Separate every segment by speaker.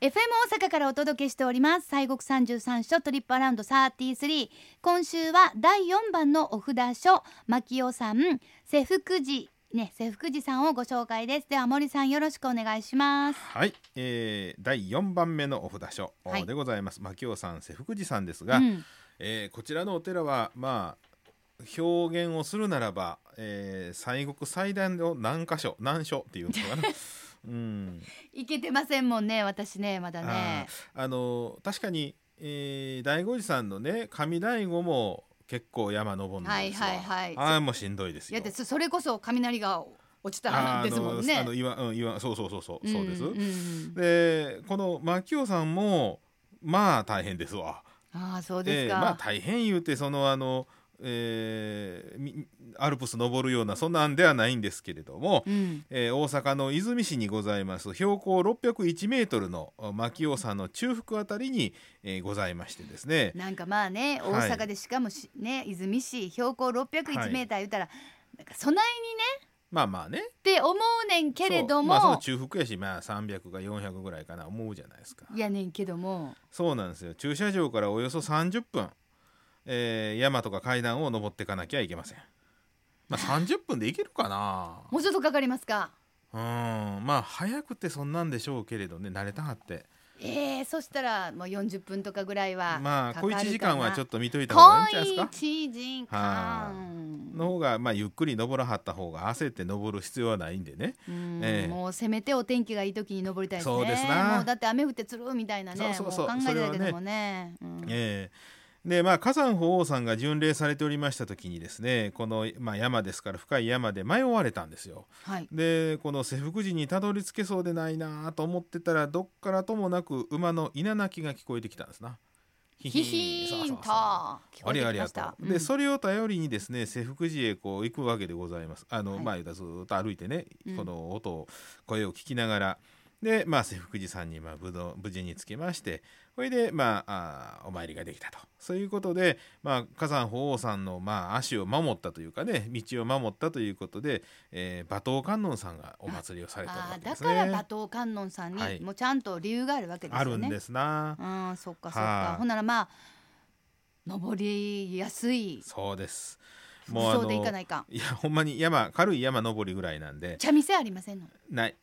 Speaker 1: FM 大阪からお届けしております西国三十三所トリップアラウンド33今週は第四番のお札書牧雄さん瀬福寺ね瀬福寺さんをご紹介ですでは森さんよろしくお願いします
Speaker 2: はい、えー、第4番目のお札書
Speaker 1: はい
Speaker 2: でございます、牧雄さん瀬福寺さんです
Speaker 1: う
Speaker 2: が、
Speaker 1: ん
Speaker 2: えーこちらのお寺はまあ表現をするならば、えー、西国最大の何箇所何所っていうのかな うん
Speaker 1: いけてませんもんね私ねまだね
Speaker 2: あーあの確かに、えー、大醐寺さんのね上醍醐も結構山登るんですよ、
Speaker 1: はいはいはい
Speaker 2: ああもうしんどいです
Speaker 1: い
Speaker 2: よ
Speaker 1: やでそそれこそ雷が落ちたらな
Speaker 2: あ
Speaker 1: ん
Speaker 2: ー
Speaker 1: ですもん
Speaker 2: あ
Speaker 1: ね
Speaker 2: の岩うん岩そうそうそうそう、そうです
Speaker 1: んん
Speaker 2: でこの牧雄さんもまあ大変ですわ。
Speaker 1: ああそうです
Speaker 2: えーまあ
Speaker 1: か、
Speaker 2: 大変言うてそのあの、えーみアルプス登るようなそんなんではないんですけれども、
Speaker 1: うん
Speaker 2: えー大阪の和泉市にございます標高601メートルの牧雄山の中腹あたりに、えーございましてですね
Speaker 1: なんかまあね大
Speaker 2: はい
Speaker 1: 阪でしかもし、ね和泉市標高
Speaker 2: は
Speaker 1: 601
Speaker 2: い
Speaker 1: メーター言ったら、なんか備えにね
Speaker 2: まあまあね
Speaker 1: って思うねんけれど
Speaker 2: そう
Speaker 1: も、
Speaker 2: まあ、その中腹やし、まあ、300か400ぐらいかな思うじゃないですか
Speaker 1: いやねんけども
Speaker 2: そうなんですよ駐車場からおよそ30分、えー山とか階段を登っていかなきゃいけません。まあ、30分で行けるかな
Speaker 1: もうちょっとかかりますか
Speaker 2: うんまあ早くてそんなんでしょうけれどね慣れたはって
Speaker 1: えー、そしたらもう40分とかぐらいは
Speaker 2: まあ小一時間はちょ
Speaker 1: っ
Speaker 2: っと見といた
Speaker 1: と
Speaker 2: 方がいいんじゃないです
Speaker 1: 小
Speaker 2: か
Speaker 1: 一時
Speaker 2: は
Speaker 1: 間
Speaker 2: の方がまあゆっくり登らはった方が焦って登る必要はないんでね
Speaker 1: うん
Speaker 2: ええ
Speaker 1: もうせめてお天気がいい時に登りたいですね
Speaker 2: そうですな
Speaker 1: もうだって雨降ってつるみたいなね
Speaker 2: そうそうそう
Speaker 1: も考えてたけどもねうん
Speaker 2: ええでまあ火山法王さんが巡礼されておりました時にですねこの、まあ、山ですから深い山で迷われたんですよ。
Speaker 1: はい
Speaker 2: でこの瀬福寺にたどり着けそうでないなと思ってたらどっからともなく馬の稲鳴きが聞こえてきたんですな。ヒ
Speaker 1: ヒヒ
Speaker 2: そう
Speaker 1: ー
Speaker 2: そ
Speaker 1: ン
Speaker 2: う
Speaker 1: と
Speaker 2: そ
Speaker 1: 聞
Speaker 2: う
Speaker 1: こえてきまし
Speaker 2: あり
Speaker 1: た
Speaker 2: ありとで
Speaker 1: れ
Speaker 2: それを頼りにですね瀬福寺へこう行くわけでございますあの、
Speaker 1: はい
Speaker 2: まあ言うたらずっと歩いてね
Speaker 1: うん
Speaker 2: この音を声を聞きながらでまあ瀬福寺さんにまあぶど無事につけましてそれでまああーお参りができたとそういうことで、まあ、火山法王さんのまあ足を守ったというかね道を守ったということで、えー、馬頭観音さんがお祭りをされた
Speaker 1: あ
Speaker 2: わけ
Speaker 1: ー
Speaker 2: で
Speaker 1: だ
Speaker 2: す
Speaker 1: から
Speaker 2: ね。
Speaker 1: 馬頭観音さん
Speaker 2: は
Speaker 1: に
Speaker 2: い
Speaker 1: もうちゃんと理由があるわけですよね。
Speaker 2: あるんですな。
Speaker 1: うん、そっかそっ
Speaker 2: は
Speaker 1: か
Speaker 2: い。
Speaker 1: ほんならまあ登りやすい
Speaker 2: そうです。
Speaker 1: 服
Speaker 2: うあ
Speaker 1: 装
Speaker 2: の
Speaker 1: でいかないか。
Speaker 2: いやほんまに山軽い山登りぐらいなんで
Speaker 1: 茶店ありませんの。
Speaker 2: ない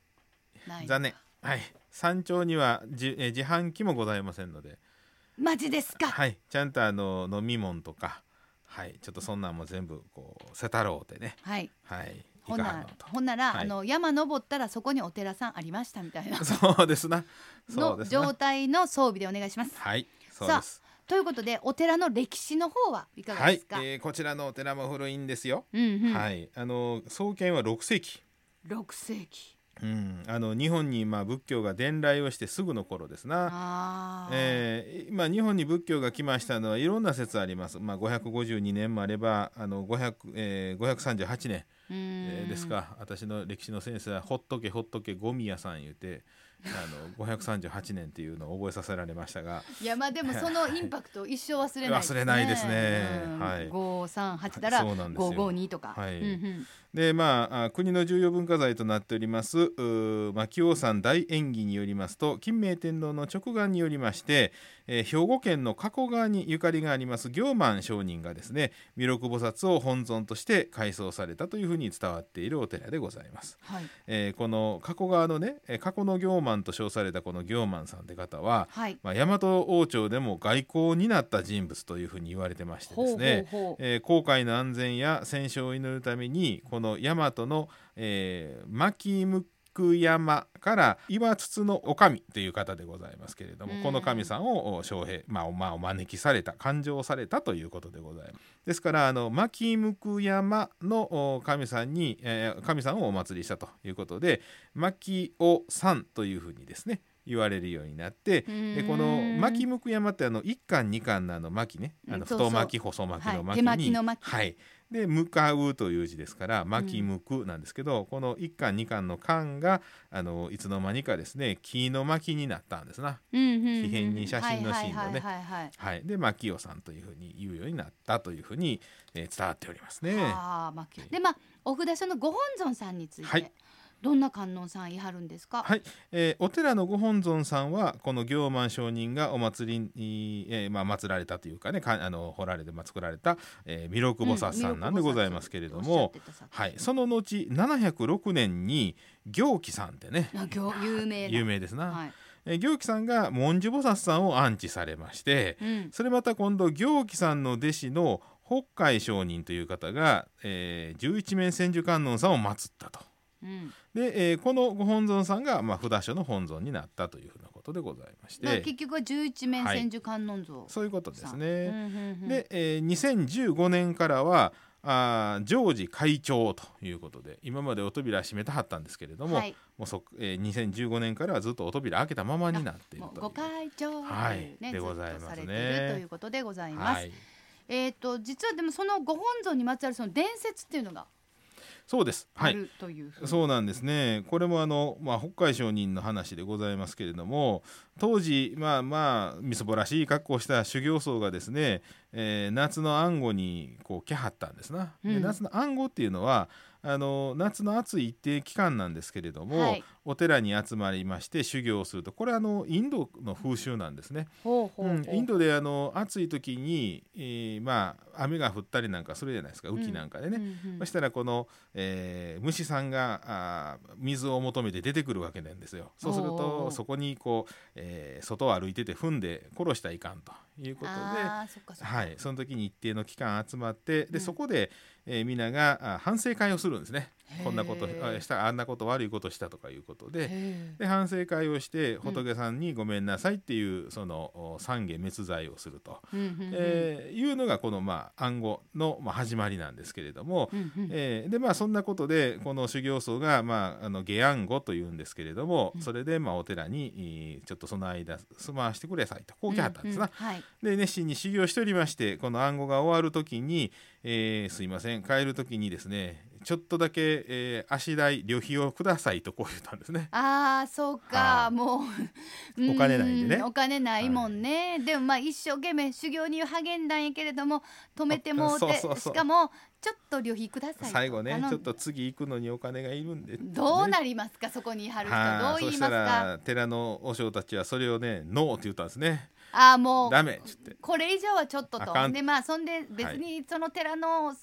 Speaker 1: ない。
Speaker 2: 残念はい山頂にはじえー自販機もございませんので
Speaker 1: マジですか。
Speaker 2: はいちゃんとあの飲み物とかはいちょっとそんなんも全部こうせたろうてね
Speaker 1: はい。
Speaker 2: はいい
Speaker 1: ほん
Speaker 2: か
Speaker 1: な
Speaker 2: は
Speaker 1: ら
Speaker 2: んのと
Speaker 1: ほんなら、
Speaker 2: はい
Speaker 1: あの山登ったらそこにお寺さんありましたみたいな
Speaker 2: そうですなそ
Speaker 1: の
Speaker 2: うです
Speaker 1: 状
Speaker 2: な
Speaker 1: 態の装備でお願いします。
Speaker 2: はいそうです
Speaker 1: ということでお寺の歴史の方はいかが
Speaker 2: は
Speaker 1: で
Speaker 2: い
Speaker 1: す、か。
Speaker 2: えーこちらのお寺も古いんですよ、
Speaker 1: うんうん。
Speaker 2: はいあの創建は6世紀
Speaker 1: 六世紀。
Speaker 2: うんあの日本にまあ仏教が伝来をしてすぐの頃ですな
Speaker 1: ああ。
Speaker 2: えーまあ、日本に仏教が来ましたのはいろんな説あります、まあ、552年もあればあの500、えー、538年、
Speaker 1: うー
Speaker 2: えー
Speaker 1: ん
Speaker 2: です。か私の歴史の先生は「ほっとけほっとけゴミ屋さん」言うてあの538年っていうのを覚えさせられましたが
Speaker 1: いやまあでもそのインパクト一生忘れないですね。
Speaker 2: 忘れないですねはい
Speaker 1: 五三八だら
Speaker 2: そうなんですよ
Speaker 1: 五五二とか。
Speaker 2: はい
Speaker 1: うんうん
Speaker 2: で、まあ、あ国の重要文化財となっておりますうー牧王山大縁起によりますと金明天皇の直眼によりまして、えー兵庫県の加古川にゆかりがあります行満上人がですね弥勒菩薩を本尊として改装されたというふうに伝わっているお寺でございます。
Speaker 1: はい。
Speaker 2: えーこの加古川のねえー加古の行満と称されたこの行満さんって方は、
Speaker 1: はい。
Speaker 2: まあ、大和王朝でも外交を担った人物というふうに言われてましてですね。
Speaker 1: ほうほうほう。
Speaker 2: えー航海の安全や戦勝を祈るためにこの大和の、えー、牧向山から岩筒のお神という方でございますけれども、
Speaker 1: うん
Speaker 2: この神さんをお招聘、まあおまあ、お招きされた勘定されたということでございます。ですからあの牧向山のお神さんに、えー神さんをお祭りしたということで牧尾さんというふうにですね言われるようになって、でこの巻き向く山ってあの一巻二巻のあの巻ねあ
Speaker 1: うん
Speaker 2: の
Speaker 1: そうそう
Speaker 2: 太巻き細巻きの
Speaker 1: はい
Speaker 2: 巻
Speaker 1: 手
Speaker 2: に、
Speaker 1: 巻きの巻
Speaker 2: はいで向かうという字ですから巻き向くなんですけど、この一巻二巻の巻があのいつの間にかですね木の巻きになったんですな。
Speaker 1: 秘
Speaker 2: 秘変に写真のシーンの
Speaker 1: はいは
Speaker 2: ね
Speaker 1: いはいはい
Speaker 2: はい、で牧雄さんというふうに言うようになったというふうに、えー伝わっておりますね。
Speaker 1: ああまあでまあお札所のご本尊さんについて、
Speaker 2: はい
Speaker 1: どんな観音さんいはるんですか。
Speaker 2: はいえーお寺のご本尊さんはこの行満上人がお祭りに、えーまあ、祀られたというかねかあの掘られて、まあ、作られた、えー弥勒菩薩さんなんでございますけれども、はい、その後706年に行基さんってね
Speaker 1: あ行有名な
Speaker 2: 有名ですな、
Speaker 1: はい。
Speaker 2: えー行基さんが文殊菩薩さんを安置されまして
Speaker 1: うん。
Speaker 2: それまた今度行基さんの弟子の北海上人という方が、えー、十一面千手観音さんを祀ったと。
Speaker 1: うん。
Speaker 2: で、えーこのご本尊さんが、まあ、札所の本尊になったというふうなことでございまし
Speaker 1: だから
Speaker 2: て
Speaker 1: 結局は十一面
Speaker 2: はい
Speaker 1: 千手観音像。
Speaker 2: そういうことです
Speaker 1: う
Speaker 2: ね。
Speaker 1: ん
Speaker 2: で、えー2015年からはあー常時会長ということで今までお扉閉めたはったんですけれども,、
Speaker 1: はい
Speaker 2: もうそえー2015年からはずっとお扉開けたままになっている
Speaker 1: もう
Speaker 2: と
Speaker 1: ご
Speaker 2: いう。
Speaker 1: 会長
Speaker 2: はい
Speaker 1: ね
Speaker 2: で
Speaker 1: ずっ
Speaker 2: ご
Speaker 1: と
Speaker 2: ざいますね
Speaker 1: されてるということでございます。
Speaker 2: はい、
Speaker 1: えっ、と実はでもそのご本尊にまつわるその伝説っていうのが
Speaker 2: そうです、は
Speaker 1: あ
Speaker 2: い、
Speaker 1: るというふうに、
Speaker 2: そうなんですねこれもあの、まあ、北海上人の話でございますけれども当時まあまあみそぼらしい格好をした修行僧がですね、えー夏の暗号にこう来はったんですな、で
Speaker 1: うん
Speaker 2: 夏の暗号っていうのはあの夏の暑い一定期間なんですけれども、
Speaker 1: はい
Speaker 2: お寺に集まりまして修行をするとこれあのインドの風習なんですね。
Speaker 1: ほうほうほう、
Speaker 2: うん、インドであの暑い時に、えーまあ雨が降ったりなんかするじゃないですか雨季なんかでね、
Speaker 1: うんうん
Speaker 2: そしたらこの、えー虫さんがあー水を求めて出てくるわけなんですよ。そうする
Speaker 1: おー
Speaker 2: とそこにこう、えー外を歩いてて踏んで殺したらいかんということで。
Speaker 1: あーそっかそっか
Speaker 2: はい、その時に一定の期間集まってで、
Speaker 1: うん
Speaker 2: そこで、えー、皆があ反省会をするんですね
Speaker 1: へー
Speaker 2: こんなことあしたあんなこと悪いことしたとかいうことで
Speaker 1: へ
Speaker 2: で反省会をして仏さんにごめんなさいっていう、そのお三下滅罪をすると、
Speaker 1: ーうんうんうん
Speaker 2: えーいうのがこの、まあ、暗号の、まあ、始まりなんですけれども、
Speaker 1: うんうん
Speaker 2: えーでまあそんなことでこの修行僧が、まあ、あの下安語というんですけれども、
Speaker 1: うん
Speaker 2: それで、まあ、お寺にえーちょっとその間住まわしてくれさいとこうきはったんですな。
Speaker 1: ううはい
Speaker 2: で熱心に修行しておりましてこの暗号が終わる時に、えーすいません帰る時にですねちょっとだけ、えー足代旅費をくださいとこう言ったんですね。
Speaker 1: あーそうか、
Speaker 2: はい
Speaker 1: もううん
Speaker 2: お金ないんでね
Speaker 1: お金ないもんね、でもまあ一生懸命修行に励んだんやけれども止めてもうて
Speaker 2: そうそうそう
Speaker 1: しかもちょっと旅費くださいと
Speaker 2: 最後ね
Speaker 1: 頼ん
Speaker 2: ちょっと次行くのにお金がいるんで、
Speaker 1: どう
Speaker 2: ね
Speaker 1: なりますか、そこにいはる人
Speaker 2: は
Speaker 1: ど
Speaker 2: あ
Speaker 1: う言
Speaker 2: そ
Speaker 1: い
Speaker 2: し
Speaker 1: ます
Speaker 2: た
Speaker 1: から
Speaker 2: 寺の和尚たちはそれをね「ノー」って言ったんですね。
Speaker 1: あーもう
Speaker 2: ダメっつって
Speaker 1: これ以上はちょっと
Speaker 2: あ
Speaker 1: と
Speaker 2: かん
Speaker 1: でまあそんで別にその寺の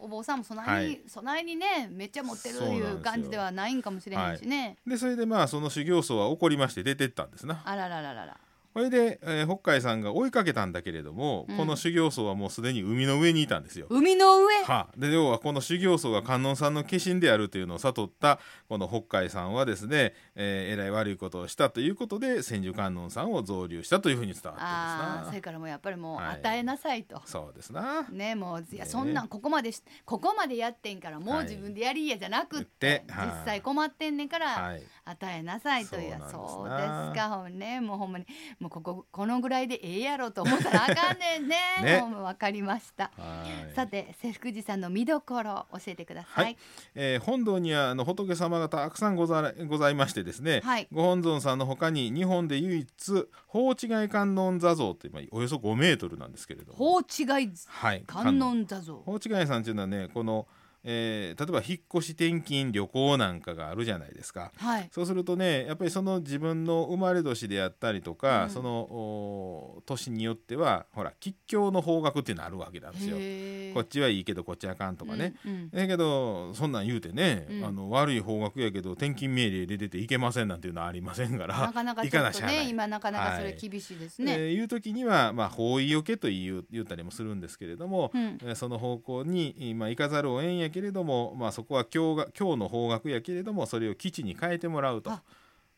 Speaker 1: お坊さんもそないに、
Speaker 2: はい
Speaker 1: そないにねめっちゃ持ってる
Speaker 2: そうなん
Speaker 1: い
Speaker 2: です
Speaker 1: う
Speaker 2: よ
Speaker 1: 感じではないんかもしれへんしね、
Speaker 2: でそれでまあその修行僧は怒りまして出てったんですな
Speaker 1: あららららら
Speaker 2: これで、えー北海さんが追いかけたんだけれども、
Speaker 1: うん
Speaker 2: この修行僧はもうすでに海の上にいたんですよ。
Speaker 1: 海の上
Speaker 2: はあ、で要はこの修行僧が観音さんの化身であるというのを悟ったこの北海さんはですね、えーえらい悪いことをしたということで千手観音さんを増留したというふうに伝わ
Speaker 1: ああそ
Speaker 2: ってる
Speaker 1: れ
Speaker 2: んです
Speaker 1: からもうやっぱりもう
Speaker 2: はい
Speaker 1: 与えなさいと、
Speaker 2: な。そうですな。
Speaker 1: ねもういや
Speaker 2: ね
Speaker 1: そんなんここまでしここまでやってんからもう
Speaker 2: はい
Speaker 1: 自分でやりやじゃなくって、
Speaker 2: 言ってはい
Speaker 1: 実際困ってんねんから
Speaker 2: はい、
Speaker 1: 与えなさいという、そ
Speaker 2: そうう
Speaker 1: で
Speaker 2: なんですな
Speaker 1: すかほんねもうほんまにもうこここのぐらいでええやろと思ったらあかんねんね
Speaker 2: ね
Speaker 1: もう分かりました。
Speaker 2: はい
Speaker 1: さて瀬福寺さんの見どころ教えてください。
Speaker 2: はいえー本堂にはあの仏様がたくさんござらございましてですね、
Speaker 1: はい
Speaker 2: ご本尊さんの他に日本で唯一法違い観音座像ってまあおよそ5メートルなんですけれども、
Speaker 1: 法違い
Speaker 2: はい、
Speaker 1: 観音座像。
Speaker 2: 法違いさんっていうのはねこの、えー例えば引っ越し転勤旅行なんかがあるじゃないですか。
Speaker 1: はい。
Speaker 2: そうするとねやっぱりその自分の生まれ年であったりとか、
Speaker 1: うん
Speaker 2: そのお年によってはほら吉祥の方角っていうのあるわけなんですよ。
Speaker 1: へえ
Speaker 2: こっちはいいけどこっちあかんとかね、
Speaker 1: うんうん
Speaker 2: ええけどそんなん言うてね、
Speaker 1: うん
Speaker 2: あの悪い方角やけど転勤命令で出ていけませんなんていうのはありませんから
Speaker 1: なかなか
Speaker 2: 行
Speaker 1: ちょ
Speaker 2: かな
Speaker 1: っ
Speaker 2: し
Speaker 1: と
Speaker 2: ゃあな
Speaker 1: ね
Speaker 2: い。
Speaker 1: 今なかなかそれ
Speaker 2: はい
Speaker 1: 厳しいです
Speaker 2: え
Speaker 1: ね。
Speaker 2: ーいう時には、まあ、法意よけという言ったりもするんですけれども、
Speaker 1: うん
Speaker 2: えーその方向に、まあ、行かざるをえんやけれども、まあ、そこは今日が今日の方角やけれどもそれを基地に変えてもらうと
Speaker 1: あ。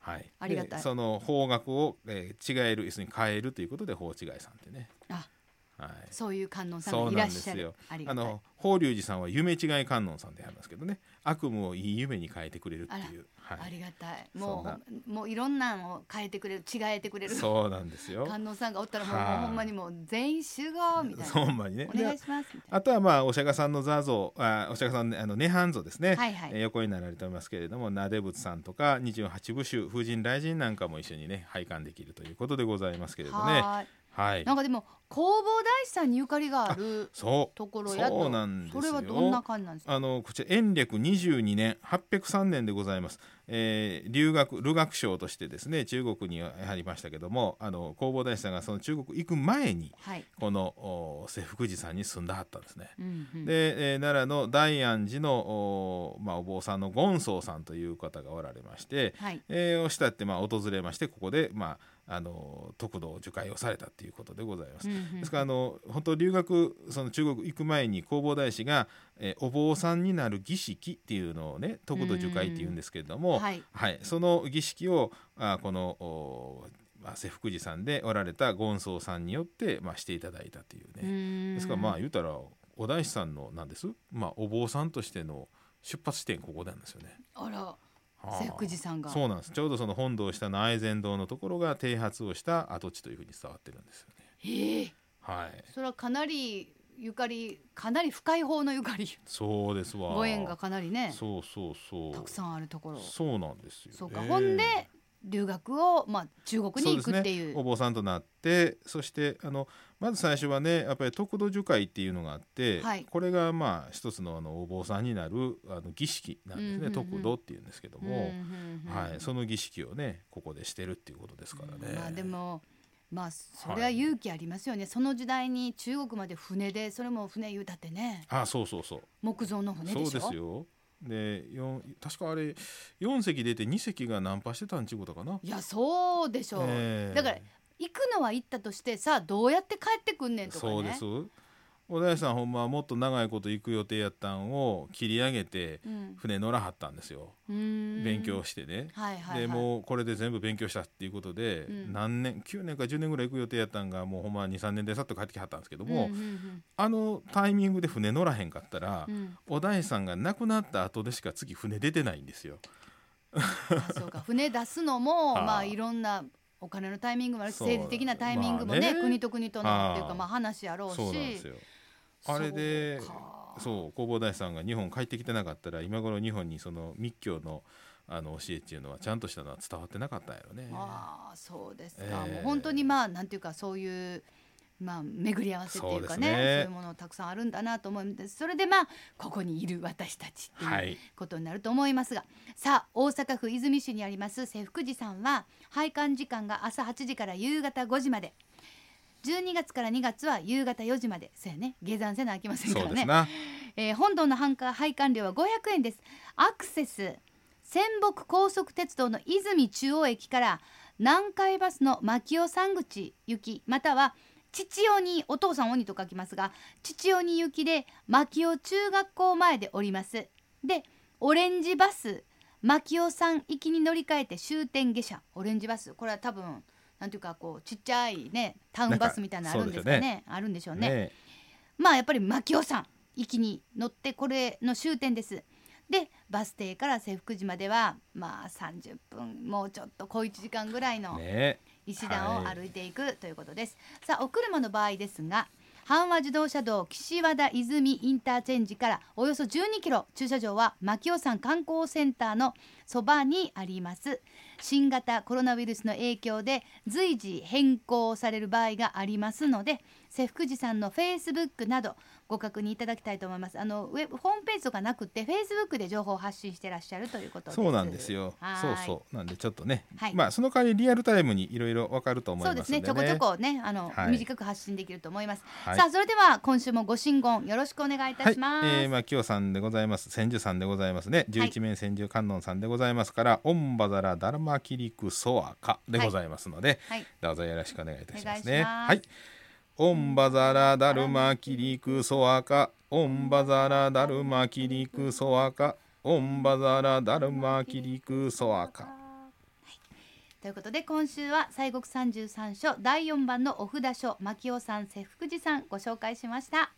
Speaker 2: はい、
Speaker 1: ありがたい
Speaker 2: でその方角を、えー違える要するに変えるということで法違いさんってね。
Speaker 1: あ
Speaker 2: はい
Speaker 1: そういう観音さんがいらっしゃる
Speaker 2: そうなん。
Speaker 1: あり
Speaker 2: あ
Speaker 1: がたい。
Speaker 2: の法隆寺さんは夢違い観音さんでありますけどね悪夢をいい夢に変えてくれるっていう、は
Speaker 1: あ
Speaker 2: い、
Speaker 1: りがたい。もう
Speaker 2: そんな
Speaker 1: ほんもういろんなんを変えてくれる、違えてくれる。
Speaker 2: そうなんですよ
Speaker 1: 観音さんがおったらもう
Speaker 2: はい
Speaker 1: もうほんまにもう全員集合みたい
Speaker 2: そうほ
Speaker 1: な。
Speaker 2: んまにね
Speaker 1: お
Speaker 2: で
Speaker 1: 願いしますみたいな。
Speaker 2: あとはまあお釈迦さんの座像あお釈迦さんのあの涅槃像ですね、
Speaker 1: はいはい
Speaker 2: えー横になられておりますけれどもなで仏さんとか二十八部衆風神雷神なんかも一緒にね拝観できるということでございますけれどね
Speaker 1: はーい。
Speaker 2: はい
Speaker 1: なんかでも弘法大師さんにゆかりがある
Speaker 2: そう
Speaker 1: ところやと
Speaker 2: そうなんですよ
Speaker 1: それはどんな感じなんですか
Speaker 2: あのこちら延暦22年803年でございます、えー留学留学省としてですね中国に入りましたけどもあの弘法大師さんがその中国行く前に
Speaker 1: はい、
Speaker 2: このお瀬福寺さんに住んだはったんですね。
Speaker 1: うんうん、
Speaker 2: で、えー奈良の大安寺のお,、まあ、お坊さんの権宗さんという方がおられまして、
Speaker 1: はい
Speaker 2: えーを慕って、まあ、訪れましてここで、まあ、あの得度を受戒をされたということでございます。
Speaker 1: うんうん
Speaker 2: ですからあの本当留学その中国行く前に弘法大師が、えーお坊さんになる儀式っていうのをね得度受戒っていうんですけれど
Speaker 1: う
Speaker 2: も、
Speaker 1: んはい
Speaker 2: その儀式をあこのお、まあ、瀬福寺さんでおられた権宗さんによって、まあ、していただいたという
Speaker 1: う
Speaker 2: ね。
Speaker 1: ーん
Speaker 2: ですからまあ言うたらお大師さんのなんです、まあ、お坊さんとしての出発地点ここなんですよね。
Speaker 1: あら
Speaker 2: はあ
Speaker 1: 瀬福寺さんが
Speaker 2: そうなんですちょうどその本堂した内禅堂のところが剃髪をした跡地というふうに伝わってるんですよね。
Speaker 1: ええ
Speaker 2: はい、
Speaker 1: それはかなりゆかりかなり深い方のゆかり
Speaker 2: そうですわ。
Speaker 1: ご縁がかなりね
Speaker 2: そうそうそう。
Speaker 1: たくさんあるところ
Speaker 2: そうなんですよ。
Speaker 1: そうか、
Speaker 2: ええ
Speaker 1: ほんで留学をまあ中国に行くってい
Speaker 2: そうです
Speaker 1: う
Speaker 2: ね、お坊さんとなってそしてあのまず最初はねやっぱり得度受戒っていうのがあって、
Speaker 1: はい
Speaker 2: これがまあ一つのあのお坊さんになるあの儀式なんですね、
Speaker 1: うんうんうん
Speaker 2: 得度っていうんですけど
Speaker 1: う
Speaker 2: も、
Speaker 1: んうんうん
Speaker 2: はい、その儀式をねここでしてるっていうことですからね。
Speaker 1: まあでもまあそれは勇気ありますよね、その時代に中国まで船でそれも船言うたってね
Speaker 2: あそうそうそう
Speaker 1: 木造の船でし
Speaker 2: そ
Speaker 1: ょ
Speaker 2: うですよ。で四確かあれ4隻出て2隻がナンパしてたんちゅうことかな。
Speaker 1: いやそうでしょう、
Speaker 2: ええ
Speaker 1: だから行くのは行ったとしてさあどうやって帰ってくんねんとかね
Speaker 2: そうです小田井さんほんまはもっと長いこと行く予定やったんを切り上げて
Speaker 1: うん
Speaker 2: 船乗らはったんですよ、
Speaker 1: うーん
Speaker 2: 勉強してね、
Speaker 1: はいはい、はい、
Speaker 2: でもうこれで全部勉強したっていうことで、
Speaker 1: うん
Speaker 2: 何年9年か10年ぐらい行く予定やったんがもうほんま23年でさっと帰ってきはったんですけども、
Speaker 1: うんうん
Speaker 2: あのタイミングで船乗らへんかったら
Speaker 1: うんうん
Speaker 2: 小田井さんが亡くなった後でしか次船出てないんですよ。
Speaker 1: あそうか船出すの も
Speaker 2: ああ
Speaker 1: まあいろんなお金のタイミングもあるし
Speaker 2: そう
Speaker 1: 政治的なタイミングもね,、
Speaker 2: まあね
Speaker 1: 国と国とのっていう
Speaker 2: あ
Speaker 1: か
Speaker 2: あ
Speaker 1: まあ話やろうし
Speaker 2: そうなんですよ
Speaker 1: そう
Speaker 2: あれで
Speaker 1: か
Speaker 2: そう弘法大師さんが日本帰ってきてなかったら今頃日本にその密教のあの教えっていうのはちゃんとしたのは伝わってなかったんやろね。
Speaker 1: ああそうですか、
Speaker 2: えー
Speaker 1: もう本当にまあなんていうかそういう、まあ、巡り合わせっていうかねそうう
Speaker 2: そですね
Speaker 1: いうものたくさんあるんだなと思うんですそれでまあここにいる私たちって
Speaker 2: は
Speaker 1: いう
Speaker 2: い
Speaker 1: ことになると思いますが、さあ大阪府和泉市にあります瀬福寺さんは拝観時間が朝8時から夕方5時まで。12月から2月は夕方4時までそうやね下山せなあきませんか
Speaker 2: そ
Speaker 1: ら
Speaker 2: う
Speaker 1: ね
Speaker 2: ですな。
Speaker 1: えー本堂の繁華拝観料は500円ですアクセス仙北高速鉄道の泉中央駅から南海バスの牧尾山口行きまたは父鬼にお父さん鬼と書きますが父鬼に行きで牧尾中学校前で降りますでオレンジバス牧尾さん行きに乗り換えて終点下車オレンジバスこれは多分なんていうかこうちっちゃいねタウンバスみたいなのあるんですかね
Speaker 2: なんか
Speaker 1: あるんでしょうね
Speaker 2: ね
Speaker 1: まあやっぱり牧尾山行きに乗ってこれの終点です。でバス停から制服寺まではまあ30分もうちょっと小1時間ぐらいの
Speaker 2: ね
Speaker 1: 石段を
Speaker 2: はい
Speaker 1: 歩いていくということです、さあお車の場合ですが阪和自動車道岸和田泉インターチェンジからおよそ12キロ駐車場は牧尾山観光センターのそばにあります新型コロナウイルスの影響で随時変更される場合がありますので瀬福寺さんのフェイスブックなどご確認いただきたいと思いますあのウェブホームページとかなくってフェイスブックで情報を発信してらっしゃるということです
Speaker 2: そうなんですよ。
Speaker 1: はい
Speaker 2: そうそうなんでちょっとね、
Speaker 1: はい
Speaker 2: まあその代わりリアルタイムにいろいろわかると思い
Speaker 1: そう
Speaker 2: ます
Speaker 1: ですね。
Speaker 2: んで
Speaker 1: ちょこちょこね、あの、
Speaker 2: はい
Speaker 1: 短く発信できると思います。
Speaker 2: はい
Speaker 1: さあ、それでは今週もご神言よろしくお願いいたします。
Speaker 2: はい、えー、まあ清さんでございます千住さんでございますね十一面千住観音さんでございますから、オンバザラダルマキリクソアカでございますので、
Speaker 1: はい
Speaker 2: どうぞよろしくお願いいたします
Speaker 1: お願い
Speaker 2: ね
Speaker 1: します
Speaker 2: はいオンバザラダルマキリクソアカオンバザラダルマキリクソアカオンバザラダルマキリクソアカ
Speaker 1: ということで今週は西国三十三所第四番のお札書牧尾さん瀬福寺さんご紹介しました。